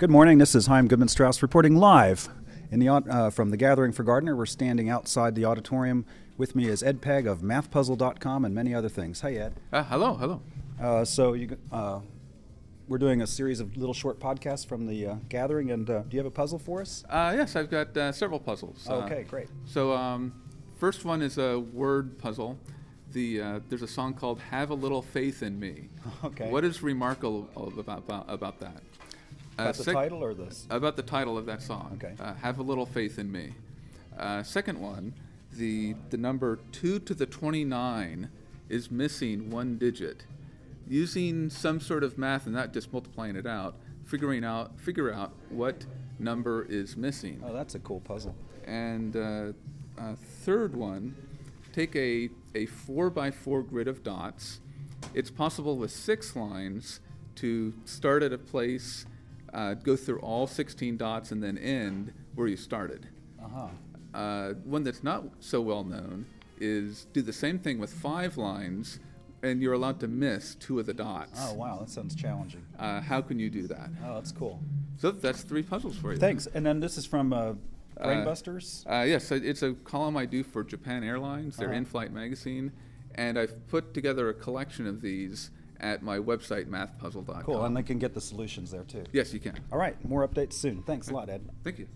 Good morning. This is Chaim Goodman Strauss reporting live in the, au- uh, from the Gathering for Gardner. We're standing outside the auditorium. With me is Ed Peg of MathPuzzle.com and many other things. Hey, Ed. Uh, hello, hello. Uh, so you, g- uh, we're doing a series of little short podcasts from the uh, Gathering, and uh, do you have a puzzle for us? Uh, yes, I've got uh, several puzzles. Uh, Okay, great. So, um, first one is a word puzzle. The uh, there's a song called "Have a Little Faith in Me." Okay. What is remarkable about about, about that? Uh, About the sec- title or this? About the title of that song. Okay. Uh, Have a little faith in me. Uh, second one, the the number two to the twenty nine is missing one digit. Using some sort of math and not just multiplying it out, figuring out figure out what number is missing. Oh, that's a cool puzzle. And uh, uh, third one, take a, a four by four grid of dots. It's possible with six lines to start at a place, uh, go through all 16 dots, and then end where you started. Uh-huh. Uh, one that's not so well known is do the same thing with five lines, and you're allowed to miss two of the dots. Oh, wow. That sounds challenging. Uh, how can you do that? Oh, that's cool. So that's three puzzles for you. Thanks. And then this is from uh, Brainbusters. Uh, yes, it- it's a column I do for Japan Airlines, their Uh-huh. in-flight magazine, and I've put together a collection of these at my website mathpuzzle.com. cool. And they can get the solutions there, too. yes, you can. All right. More updates soon. Thanks a lot, Ed. Thank you.